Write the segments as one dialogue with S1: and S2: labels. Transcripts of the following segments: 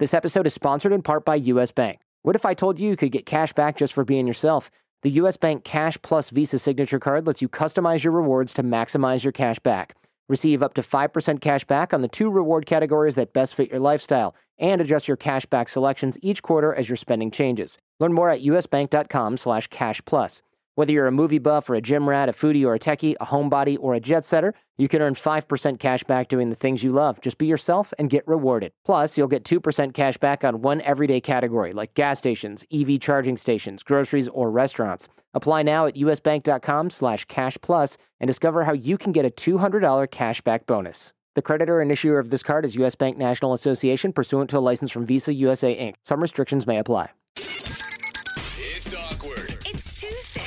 S1: This episode is sponsored in part by US Bank. What if I told you you could get cash back just for being yourself? The US Bank Cash Plus Visa Signature Card lets you customize your rewards to maximize your cash back. Receive up to 5% cash back on the two reward categories that best fit your lifestyle and adjust your cash back selections each quarter as your spending changes. Learn more at usbank.com slash cash plus. Whether you're a movie buff or a gym rat, a foodie or a techie, a homebody or a jet setter, you can earn 5% cash back doing the things you love. Just be yourself and get rewarded. Plus, you'll get 2% cash back on one everyday category like gas stations, EV charging stations, groceries, or restaurants. Apply now at usbank.com slash cash plus and discover how you can get a $200 cash back bonus. The creditor and issuer of this card is U.S. Bank National Association pursuant to a license from Visa USA Inc. Some restrictions may apply.
S2: It's awkward.
S3: It's Tuesday.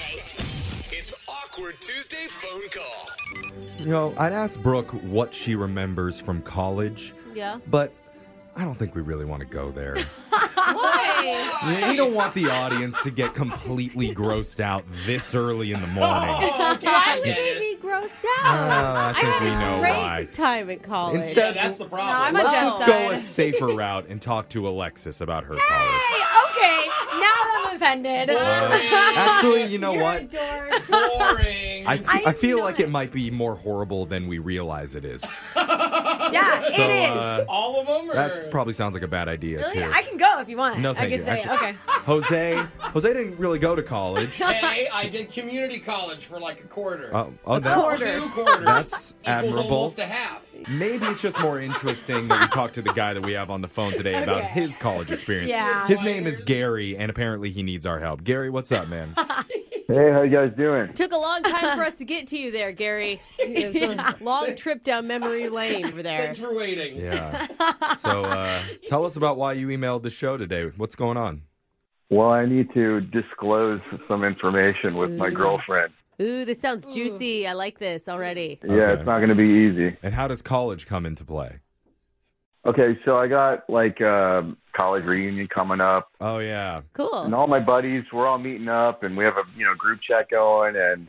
S2: It's awkward Tuesday phone call.
S4: You know, I'd ask Brooke what she remembers from college,
S5: Yeah.
S4: but I don't think we really want to go there.
S5: Why?
S4: we don't want the audience to get completely grossed out this early in the morning.
S5: Why would they be grossed out?
S4: Uh, I
S5: I
S4: think
S5: had
S4: we know
S5: a great
S4: why.
S5: time at college.
S4: Instead,
S6: That's the problem.
S7: I'm a
S4: let's
S7: jet
S4: just go a safer route and talk to Alexis about her college.
S7: Okay, now I'm offended.
S4: Uh, Actually, you know what?
S6: Boring.
S4: I, I feel like
S7: not.
S4: it might be more horrible than we realize it is.
S7: yeah,
S4: So
S7: it is.
S4: uh,
S6: All of them? Or...
S4: that probably sounds like a bad idea
S7: really?
S4: too.
S7: I can go if you want.
S4: No,
S7: I
S4: thank
S7: can
S4: you.
S7: say
S4: Actually-
S7: okay.
S4: Jose, Jose didn't really go to college.
S6: Hey, I did community college for like a quarter.
S4: Oh, oh, that's,
S6: Two quarters.
S4: That's
S6: equals
S4: admirable.
S6: Almost a half.
S4: Maybe it's just more interesting that we talk to the guy that we have on the phone today about
S7: Okay.
S4: his college experience.
S7: Yeah.
S4: His name is Gary, and apparently he needs our help. Gary, what's up, man?
S8: Hey, how you guys doing?
S5: Took a long time for us to get to you there, Gary. It was a long trip down memory lane over there.
S6: Thanks for waiting.
S4: yeah. So uh, tell us about why you emailed the show today. What's going on?
S8: Well, I need to disclose some information with my girlfriend.
S5: Ooh, this sounds juicy. I like this already.
S8: Yeah,
S4: Okay.
S8: it's not going to be easy.
S4: And how does college come into play?
S8: Okay, so I got like a college reunion coming up,
S4: Oh, yeah.
S8: and
S5: Cool.
S8: all my buddies we're all meeting up, and we have a you know group chat going, and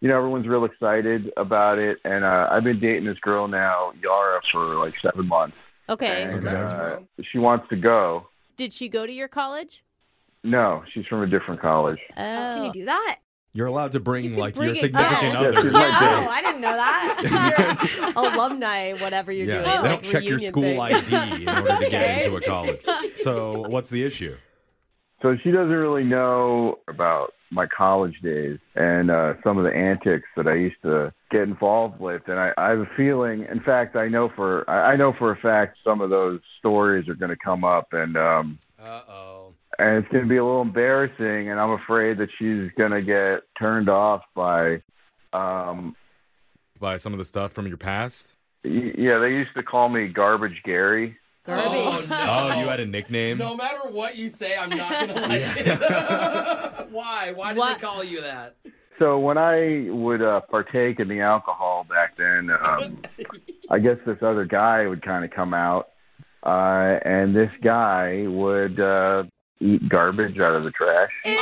S8: you know everyone's real excited about it. And uh, I've been dating this girl now, Yara, for like seven months,
S5: Okay.
S8: and
S4: Okay.
S8: uh, she wants to go.
S5: Did she go to your college?
S8: No, she's from a different college.
S7: Can
S5: Oh.
S7: you do that?
S4: You're allowed to bring, like,
S5: bring
S4: your
S5: it
S4: significant
S5: back.
S8: Yeah,
S4: other.
S8: she's my date.
S7: Oh, I didn't know that.
S5: Oh, Alumni, whatever you're
S4: yeah,
S5: doing.
S4: they
S5: like
S4: don't check your
S5: reunion
S4: school
S5: thing.
S4: ID in order to get
S7: Okay.
S4: into a college. So, what's the issue?
S8: So she doesn't really know about my college days and uh, some of the antics that I used to get involved with, and I, I have a feeling. In fact, I know for I I know for a fact some of those stories are going to come up, and um,
S6: Uh oh.
S8: and it's going to be a little embarrassing. And I'm afraid that she's going to get turned off by, um,
S4: By some of the stuff from your past?
S8: y- yeah, they used to call me Garbage Gary.
S5: Garbage.
S6: Oh, no.
S4: Oh, you had a nickname?
S6: No matter what you say, I'm not going to like it. Why? Why did
S5: What?
S6: they call you that?
S8: So when I would uh, partake in the alcohol back then, um, I guess this other guy would kind of come out, uh, and this guy would uh, eat garbage out of the trash.
S5: Did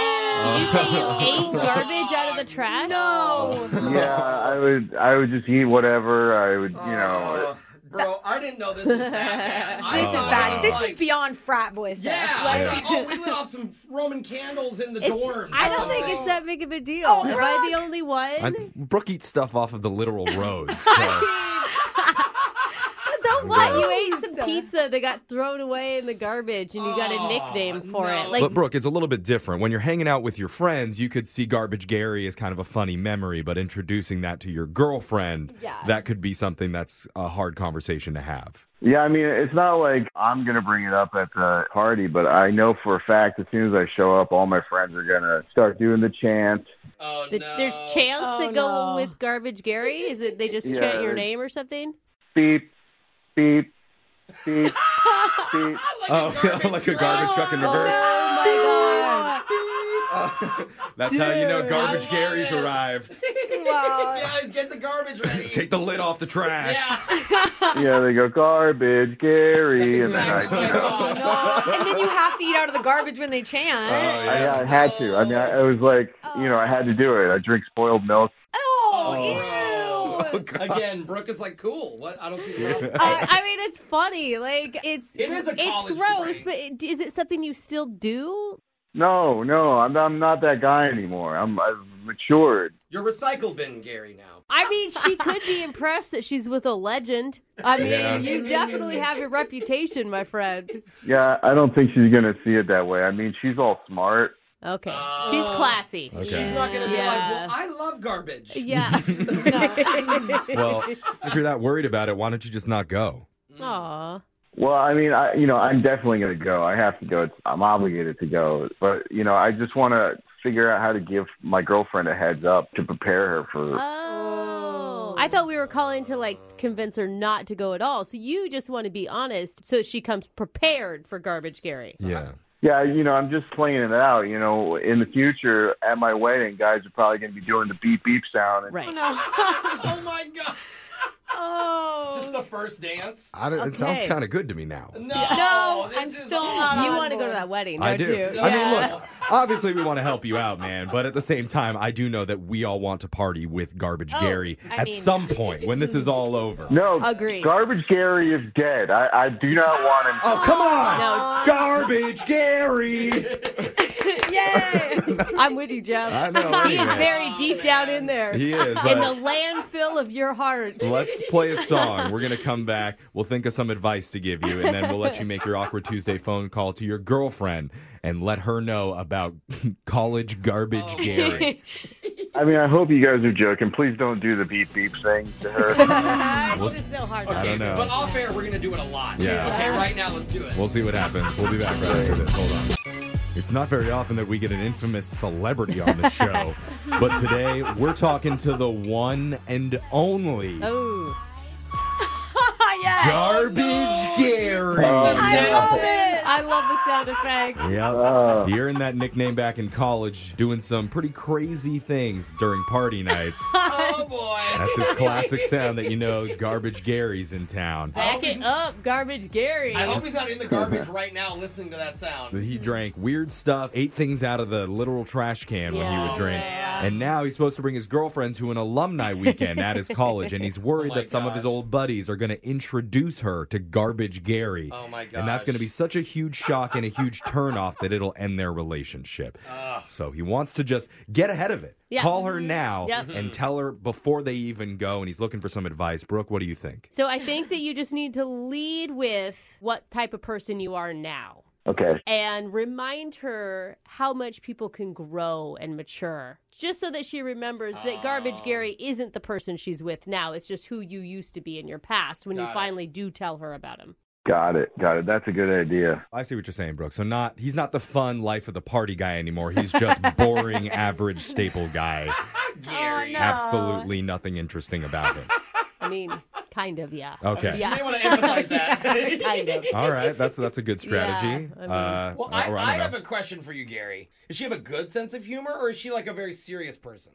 S5: you say you ate garbage out of the trash?
S7: no.
S8: Yeah, I would. I would just eat whatever. I would, you know.
S6: Oh, bro, I didn't know this was that bad. I
S7: This is
S6: thought it
S7: bad.
S6: was
S7: This
S6: like-
S7: is beyond frat boy stuff.
S6: Yeah.
S7: Like,
S6: I thought, oh, we lit off some Roman candles in the
S5: It's-
S6: dorms.
S5: I
S6: or
S5: don't think
S6: something.
S5: it's that big of a deal.
S6: Oh,
S5: Am I the only one?
S4: I, Brooke eats stuff off of the literal roads. So.
S5: So what? You ate some pizza that got thrown away in the garbage, and you got a
S6: Oh,
S5: nickname for
S6: no.
S5: it. Like,
S4: but Brooke, it's a little bit different. When you're hanging out with your friends, you could see Garbage Gary as kind of a funny memory, but introducing that to your girlfriend,
S7: Yeah.
S4: that could be something that's a hard conversation to have.
S8: Yeah, I mean, it's not like I'm gonna bring it up at the party, but I know for a fact as soon as I show up, all my friends are gonna start doing the chant.
S6: Oh,
S5: th-
S6: no.
S5: there's chants
S7: Oh,
S5: that go
S7: no.
S5: with garbage, Gary. Is that they just
S8: Yeah,
S5: chant your
S8: it-
S5: name or something?
S8: Beep, beep, beep, beep.
S4: Oh, like a garbage truck in reverse.
S5: Oh
S4: That's how you know Garbage
S6: I love
S4: Gary's
S6: it.
S4: arrived.
S7: wow.
S6: Guys, get the garbage ready.
S4: Take the lid off the trash.
S6: yeah.
S8: Yeah, they go garbage, Gary,
S6: That's
S8: and then
S6: exactly
S8: I,
S6: what
S8: you
S6: I
S8: know,
S6: thought.
S7: and then you have to eat out of the garbage when they chant.
S4: Oh,
S8: I,
S4: yeah.
S8: I had to. I mean, I, I was like, you know, I had to do it. I drink spoiled milk.
S7: Oh, ew. No.
S6: Again, Brooke is like, cool. What? I don't see the problem.
S5: I, I mean, it's funny. Like it's
S6: It is a
S5: it's
S6: college
S5: gross,
S6: degree.
S5: but it, is it something you still do?
S8: No, no, I'm I'm not that guy anymore. I'm I've matured.
S6: You're recycle bin Gary now.
S5: I mean, she could be impressed that she's with a legend. I mean,
S4: Yeah.
S5: you definitely have a reputation, my friend.
S8: Yeah, I don't think she's gonna see it that way. I mean, she's all smart.
S5: Okay, she's classy.
S4: Uh, Okay.
S6: She's not going to be like,
S5: Yeah.
S6: well, I love garbage.
S5: Yeah.
S4: Well, if you're that worried about it, why don't you just not go?
S5: Aw.
S8: Well, I mean, I you know, I'm definitely gonna go. I have to go. It's, I'm obligated to go. But you know, I just want to figure out how to give my girlfriend a heads up to prepare her for.
S5: Oh. I thought we were calling to like convince her not to go at all. So you just want to be honest so she comes prepared for garbage Gary.
S4: Yeah.
S8: Yeah, you know, I'm just playing it out. You know, in the future at my wedding, guys are probably gonna be doing the beep beep sound. And,
S5: Right.
S6: Oh my god!
S7: Oh.
S6: Just the first dance?
S4: I don't, It sounds
S5: Okay.
S4: kind of good to me now.
S6: No,
S7: No,
S6: Oh, this
S7: I'm
S6: is
S7: still
S6: awful.
S7: not
S5: You
S7: on
S5: want to go to
S7: board.
S5: that wedding, don't
S4: I do.
S5: you?
S6: Yeah.
S4: I mean, look, obviously we want to help you out, man, but at the same time, I do know that we all want to party with Garbage
S7: Oh,
S4: Gary
S7: I
S4: at
S7: mean-
S4: some point when this is all over.
S8: no,
S5: Agreed.
S8: Garbage Gary is dead. I, I do not want him.
S4: Oh, come on!
S5: No.
S4: Garbage Gary!
S7: Yay.
S5: I'm with you, Jeff.
S4: I know.
S5: He is
S4: anyway.
S5: very deep down in there.
S4: He is,
S5: In the
S4: but
S5: landfill of your heart.
S4: let's play a song. We're going to come back. We'll think of some advice to give you, and then we'll let you make your Awkward Tuesday phone call to your girlfriend and let her know about college garbage
S5: Oh.
S4: Gary.
S8: I mean, I hope you guys are joking. Please don't do the beep beep thing to her.
S5: Ah, it's just so hard.
S4: I don't know.
S6: But off air, we're going to do it a lot.
S4: Yeah.
S6: Okay, right now, let's do it.
S4: We'll see what happens. We'll be back right after this. Hold on. It's not very often that we get an infamous celebrity on the show, but today we're talking to the one and only
S5: Oh.
S7: yes.
S4: Garbage Gary.
S5: Oh.
S7: I love it.
S5: I love the sound effect. Oh.
S4: Yep. He earned that nickname back in college, doing some pretty crazy things during party nights.
S6: Oh boy.
S4: That's his classic sound that you know, Garbage Gary's in town.
S5: Back it up, garbage Gary.
S6: I hope he's not in the garbage right now listening to that sound.
S4: He drank weird stuff, ate things out of the literal trash can when he
S5: Yeah.
S4: would
S6: Oh,
S4: drink. And now he's supposed to bring his girlfriend to an alumni weekend at his college, and he's worried
S6: Oh my
S4: that some of his
S6: gosh.
S4: old buddies are going to introduce her to Garbage Gary.
S6: Oh my
S4: And that's
S6: gosh.
S4: going to be such a huge shock and a huge turnoff that it'll end their relationship. So he wants to just get ahead of it.
S5: Yeah. Mm-hmm.
S4: Call her now
S5: Yep.
S4: and tell her before they even go, and he's looking for some advice. Brooke, what do you think?
S5: So I think that you just need to lead with what type of person you are now
S8: okay.
S5: and remind her how much people can grow and mature. Just so that she remembers that Garbage Gary isn't the person she's with now. It's just who you used to be in your past when you
S6: Got it.
S5: finally do tell her about him.
S8: Got it. Got it. That's a good idea.
S4: I see what you're saying, Brooke. So not he's not the fun life of the party guy anymore. He's just boring, average staple guy.
S7: Oh, no.
S4: Absolutely nothing interesting about him.
S5: I mean, kind of, yeah.
S4: Okay.
S6: You may
S5: Yeah,
S6: want to emphasize that.
S5: kind of.
S4: All right, that's that's a good strategy.
S5: Yeah, I mean-
S4: uh,
S6: Well,
S4: or
S6: I,
S4: don't
S6: I
S4: know.
S6: have a question for you, Gary. Does she have a good sense of humor, or is she like a very serious person?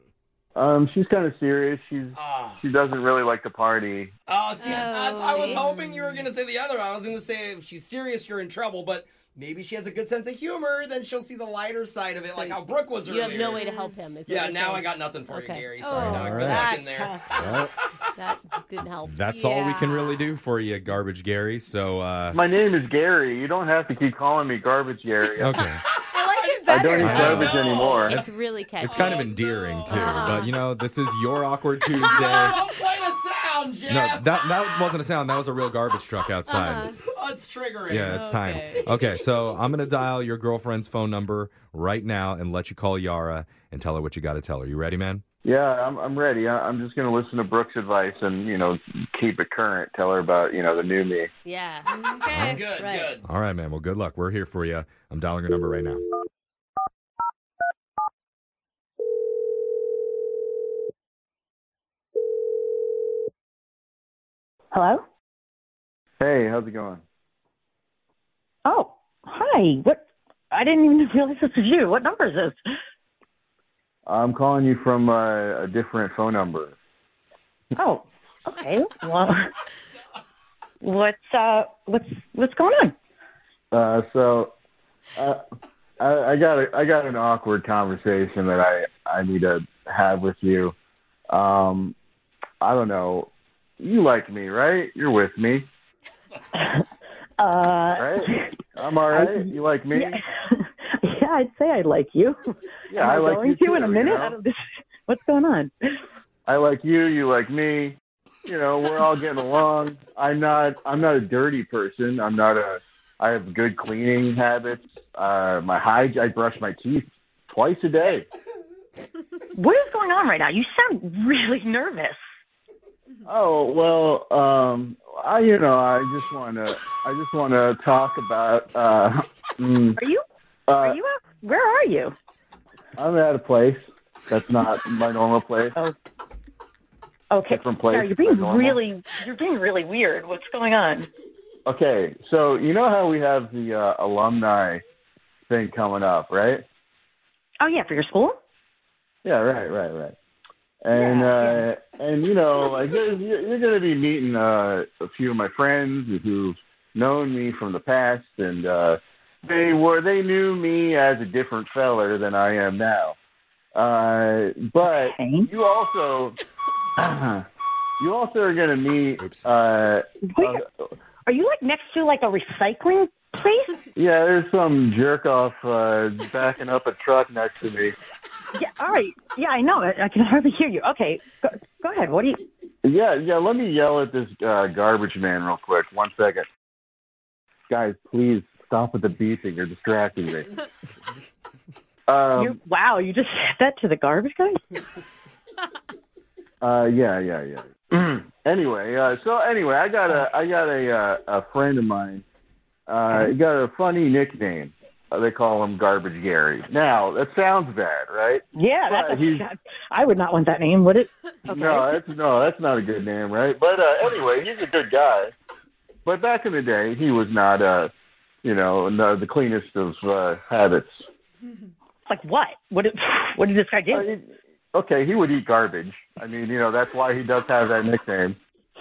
S8: Um, she's kind of serious. She's
S6: Ah.
S8: she doesn't really like to party.
S6: Oh, see, that's, I was
S7: see?
S6: hoping you were going to say the other. I was going to say if she's serious, you're in trouble. But maybe she has a good sense of humor, then she'll see the lighter side of it, like how Brooke was
S5: You
S6: earlier.
S5: have no way to help him. Is what
S6: Yeah,
S5: you're
S6: now
S5: saying.
S6: I got nothing for
S5: Okay.
S6: you, Gary.
S7: Oh,
S6: Sorry, dog. Good
S4: Alright.
S6: luck in
S7: that's
S6: there.
S7: tough.
S4: Well,
S5: That didn't help.
S4: that's all we can
S7: Yeah.
S4: really do for you, garbage Gary. So uh,
S8: My name is Gary. You don't have to keep calling me garbage Gary.
S4: okay,
S7: I like it
S8: I
S7: better.
S8: don't need
S4: Wow.
S8: garbage
S6: No.
S8: anymore.
S5: It's really catchy.
S4: it's kind of
S6: Oh,
S4: endearing
S6: no.
S4: too.
S7: Uh-huh.
S4: But you know, this is your awkward Tuesday.
S6: Don't play the sound,
S4: No,
S6: Jeff.
S4: that that wasn't a sound. That was a real garbage truck outside.
S7: Uh-huh.
S6: Oh, it's triggering.
S4: Yeah, it's
S5: Okay.
S4: time. Okay, so I'm gonna dial your girlfriend's phone number right now and let you call Yara and tell her what you gotta tell her. You ready, man?
S8: Yeah, I'm I'm ready. I, I'm just gonna listen to Brooke's advice and you know keep it current. Tell her about you know the new
S6: Oh.
S8: me.
S5: yeah.
S7: Okay.
S6: Good,
S5: Right.
S6: good.
S4: All right, man. Well, good luck. We're here for you. I'm dialing her number right now.
S3: Hello?
S8: Hey, how's it going?
S3: Oh, hi. What? I didn't even realize this was you. What number is this?
S8: I'm calling you from uh, a different phone number.
S3: Oh, okay. Well, what's uh, what's what's going on?
S8: Uh, so, uh, I, I got a, I got an awkward conversation that I I need to have with you. Um, I don't know. You like me, right? You're with me,
S3: Uh,
S8: right? I'm all right. You like me?
S3: yeah. yeah, I'd say I like you.
S8: Yeah,
S3: Am
S8: I like
S3: going
S8: you
S3: to
S8: too,
S3: in a
S8: you
S3: minute.
S8: know?
S3: I don't, what's going on?
S8: I like you, you like me. You know, we're all getting along. I'm not I'm not a dirty person. I'm not a I have good cleaning habits. Uh my hyg I brush my teeth twice a day.
S3: What is going on right now? You sound really nervous.
S8: Oh, well, um I you know, I just want to I just want to talk about uh, mm,
S3: Are you?
S8: uh
S3: Are you? Out, where are you?
S8: I'm at a place that's not my normal place.
S3: Okay.
S8: Different place
S3: Now, you're being
S8: than normal.
S3: really, you're being really weird. What's going on?
S8: Okay, so you know how we have the uh, alumni thing coming up, right?
S3: Oh yeah, for your school?
S8: Yeah, right, right, right. And uh, and you know, like there's- you're, you're going to be meeting uh, a few of my friends who've known me from the past, and uh, they were they knew me as a different feller than I am now. Uh, but
S3: Okay.
S8: you also you also are going to meet.
S4: Oops.
S8: Uh,
S3: Wait,
S8: uh,
S3: are you like next to like a recycling place?
S8: yeah, there's some jerk off uh, backing up a truck next to me.
S3: yeah. All right. Yeah, I know. I, I can hardly hear you. Okay. Go, go ahead. What do you?
S8: Yeah, yeah. Let me yell at this uh, garbage man real quick. One second, guys. Please stop with the beeping. You're distracting me.
S3: you
S8: Um,
S3: wow, you just said that to the garbage guy?
S8: uh, yeah, yeah, yeah. anyway, uh, so anyway, I got a I got a uh, a friend of mine. Uh, he got a funny nickname. Uh, they call him Garbage Gary. Now that sounds bad, right?
S3: Yeah,
S8: Well,
S3: that's.
S8: he's-
S3: A, I would not want that name. Would it? Okay.
S8: No, that's no, that's not a good name, right? But uh, anyway, he's a good guy. But back in the day, he was not, uh, you know, no, the cleanest of uh, habits.
S3: Like what? What? Did, what did this guy do?
S8: I mean, okay, he would eat garbage. I mean, you know, that's why he does have that nickname.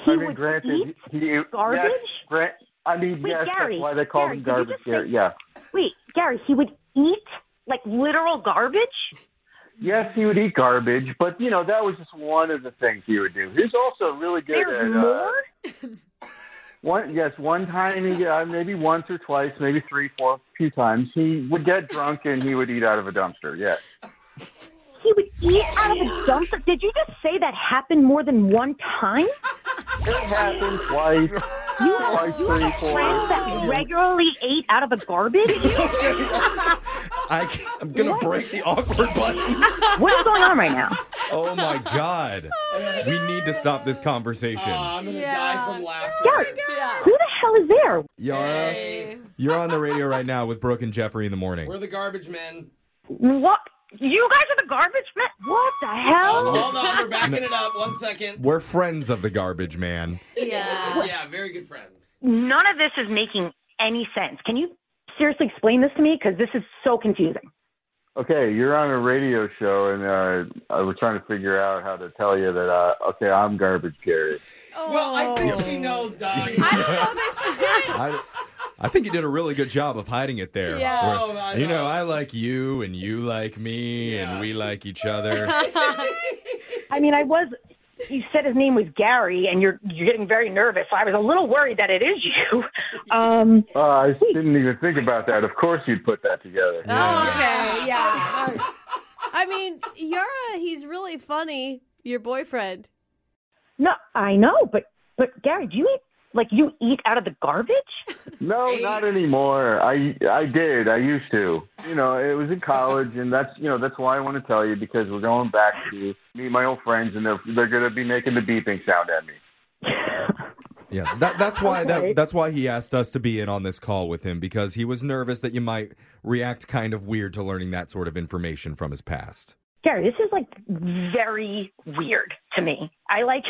S3: he
S8: I mean,
S3: would
S8: granted,
S3: eat
S8: he, he
S3: garbage.
S8: Yes, grant, I mean,
S3: Wait,
S8: yes,
S3: Gary,
S8: that's why they call
S3: Gary,
S8: him
S3: did you
S8: garbage.
S3: just say-
S8: Gary. yeah.
S3: Wait, Gary, he would eat like literal garbage.
S8: Yes, he would eat garbage, but you know that was just one of the things he would do. He's also really good
S3: There's
S8: at. Uh,
S3: more.
S8: One yes, one time he uh, maybe once or twice, maybe three, four, few times he would get drunk and he would eat out of a dumpster. Yeah,
S3: He would eat out of a dumpster. Did you just say that happened more than one time?
S8: it happened twice, twice, three,
S3: Friends
S8: four.
S3: that regularly ate out of a garbage?
S4: I can't- I'm gonna break the awkward button.
S3: what is going on right now?
S4: Oh my god. We need to stop this conversation.
S6: Oh Aw, I'm gonna
S7: Yeah. Oh
S6: die from laughter.
S3: Gary,
S7: Yeah.
S3: who the hell is there?
S4: Yara,
S6: Hey,
S4: you're on the radio right now with Brooke and Jeffrey in the morning.
S6: we're the garbage men.
S3: What? You guys are the garbage men? What the
S7: Oh.
S3: hell?
S6: Hold on, we're backing it up. One second.
S4: We're friends of the garbage man.
S5: Yeah.
S6: Yeah, very good friends.
S3: None of this is making any sense. Can you seriously explain this to me? Because this is so confusing.
S8: Okay, you're on a radio show and uh, I was trying to figure out how to tell you that. Uh, okay, I'm garbage Gary.
S6: Well, I think she knows, Oh, dog.
S7: Oh. I don't know that she did.
S4: I, I think you did a really good job of hididing it there.
S7: Yeah.
S4: Where,
S6: Oh, I
S4: you know,
S6: know.
S4: I like you and you like me and
S6: Yeah.
S4: we like each other.
S3: I mean, I was. You said his name was Gary, and you're you're getting very nervous. So I was a little worried that it is you. Um,
S8: Uh, I didn't even think about that. Of course you'd put that together.
S7: Oh, okay. Yeah.
S5: I mean, Yara, he's really funny. Your boyfriend.
S3: no, I know, but but Gary, do you eat like you eat out of the garbage?
S8: No, not anymore. I I did. I used to. You know, it was in college, and that's you know that's why I want to tell you because we're going back to meet my old friends, and they're they're gonna be making the beeping sound at me.
S4: Yeah, that, that's why
S3: Okay.
S4: that, that's why he asked us to be in on this call with him because he was nervous that you might react kind of weird to learning that sort of information from his past.
S3: Gary, this is like very weird to me. I like,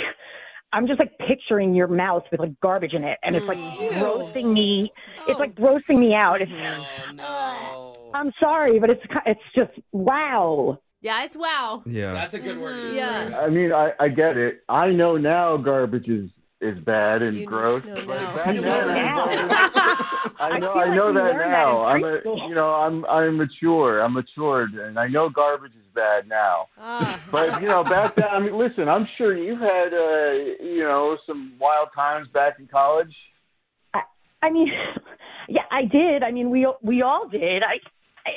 S3: I'm just like picturing your mouth with like garbage in it, and it's like grossing me. It's like grossing me out. It's,
S6: Oh no.
S3: I'm sorry, but it's ki- it's just wow.
S5: Yeah, it's wow.
S4: Yeah,
S6: Oh, That's a good word. to
S5: Yeah.
S6: describe it.
S8: I mean, I I get it. I know now garbage is is bad and
S5: You
S8: gross,
S5: know
S8: but
S5: now.
S8: back
S3: You know
S8: then I
S3: now.
S8: was- I know,
S3: feel
S8: I,
S3: like
S8: know
S3: we
S8: that
S3: learned that in
S8: now. I'm,
S3: high
S8: a,
S3: school.
S8: you know, I'm, I'm mature. I'm matured, and I know garbage is bad now.
S7: Ah.
S8: But you know, back then, I mean, listen, I'm sure you had, uh, you know, some wild times back in college.
S3: I mean, yeah, I did. I mean, we we all did. I,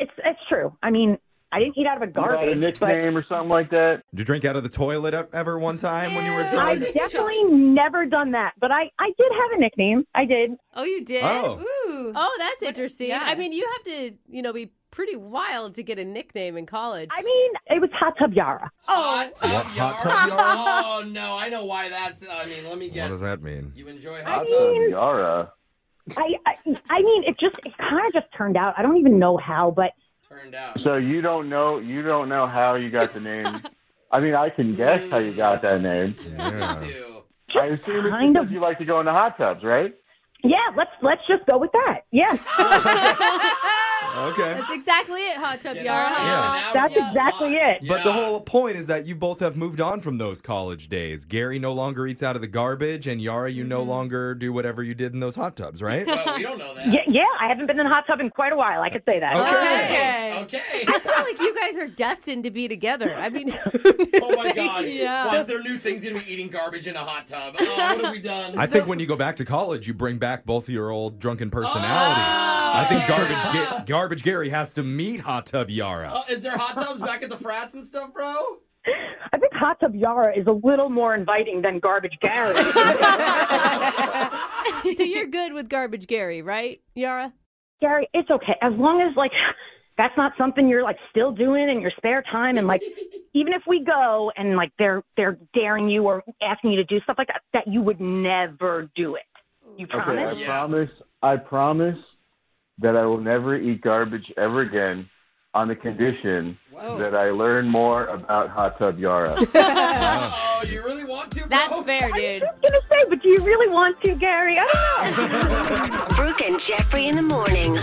S3: it's it's true. I mean, I didn't eat out of a
S8: You had a
S3: garbage, but
S8: nickname or something like that.
S4: Did you drink out of the toilet e- ever one time when you were
S7: Ew.
S3: I
S4: drunk?
S7: Nice.
S3: definitely never done that. But I I did have a nickname. I did.
S5: Oh, you did?
S4: Oh,
S7: Ooh.
S5: Oh, that's interesting.
S7: yeah.
S5: I mean, you have to, you know, be pretty wild to get a nickname in college.
S3: I mean, it was Hot Tub Yara.
S7: Mm.
S6: Hot tub
S4: What, hot
S6: yard?
S4: tub yard?
S6: Oh no, I know why that's. I mean, let me
S4: what
S6: guess.
S4: does that mean?
S6: You enjoy hot
S8: Hot
S6: tubs.
S8: tub Yara.
S3: I, I I mean, it just it kind of just turned out. I don't even know how, but
S6: Turned out.
S8: So you don't know, you don't know how you got the name. I mean, I can guess how you got that name.
S6: Yeah, me too.
S8: I assume it's
S3: Kind
S8: because
S3: of.
S8: you like to go into hot tubs, right?
S3: yeah, let's let's just go with that. Yeah,
S4: Okay.
S5: that's exactly it, Hot Tub
S6: Get
S5: Yara.
S6: out of
S4: Yeah.
S6: and out
S3: that's
S6: of the
S3: exactly
S6: lot.
S3: it.
S4: But the
S6: Yeah.
S4: whole point is that you both have moved on from those college days. Gary no longer eats out of the garbage, and Yara, you no longer do whatever you did in those hot tubs, right?
S6: Well, we don't know that.
S3: Yeah, yeah, I haven't been in a hot tub in quite a while. I could say that.
S4: Okay.
S7: Okay.
S6: Okay.
S5: I feel like you guys are destined to be together. I mean,
S6: Oh my God!
S7: Yeah.
S6: Why is there new things gonna be eating garbage in a hot tub? Oh, what have we done?
S4: I think when you go back to college, you bring back both of your old drunken personalities. I think garbage Ga- garbage Gary has to meet hot tub Yara.
S6: Oh, is there hot tubs back at the frats and stuff, bro?
S3: I think Hot Tub Yara is a little more inviting than Garbage Gary.
S5: so you're good with Garbage Gary, right, Yara?
S3: Gary, it's okay as long as like that's not something you're like still doing in your spare time and like even if we go and like they're they're daring you or asking you to do stuff like that that you would never do it. You
S8: Okay,
S3: promise?
S8: I
S6: Yeah.
S8: promise. I promise that I will never eat garbage ever again, on the condition that I learn more about hot tub Yara.
S6: Oh, do you really want to? Bro?
S5: That's fair, dude.
S3: I was gonna say, but do you really want to, Gary? I don't know.
S9: Brooke and Jeffrey in the morning.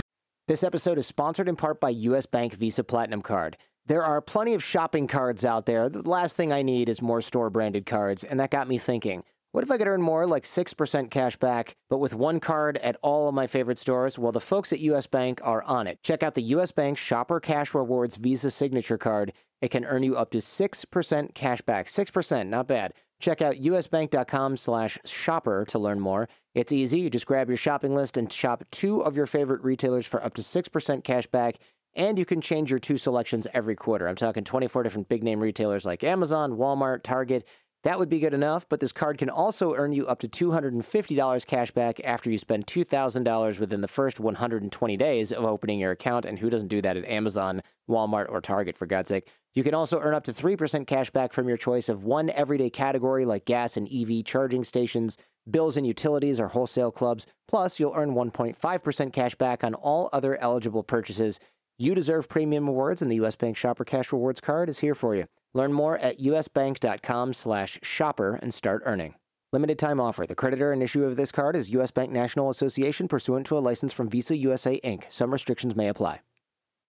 S1: This episode is sponsored in part by US Bank Visa Platinum Card. There are plenty of shopping cards out there. The last thing I need is more store branded cards, and that got me thinking. What if I could earn more, like 6% cash back, but with one card at all of my favorite stores? Well, the folks at US Bank are on it. Check out the US Bank Shopper Cash Rewards Visa Signature Card. It can earn you up to 6% cash back. 6%, not bad. Check out usbank.com slash shopper to learn more. It's easy. You just grab your shopping list and shop two of your favorite retailers for up to 6% cash back. And you can change your two selections every quarter. I'm talking 24 different big name retailers like Amazon, Walmart, Target. That would be good enough, but this card can also earn you up to $250 cash back after you spend $2,000 within the first 120 days of opening your account. And who doesn't do that at Amazon, Walmart, or Target, for God's sake? You can also earn up to 3% cash back from your choice of one everyday category like gas and EV charging stations, bills and utilities, or wholesale clubs. Plus, you'll earn 1.5% cash back on all other eligible purchases. You deserve premium awards, and the U.S. Bank Shopper Cash Rewards card is here for you. Learn more at usbank.com/shopper and start earning. Limited time offer. The creditor and issuer of this card is U.S. Bank National Association, pursuant to a license from Visa USA Inc. Some restrictions may apply.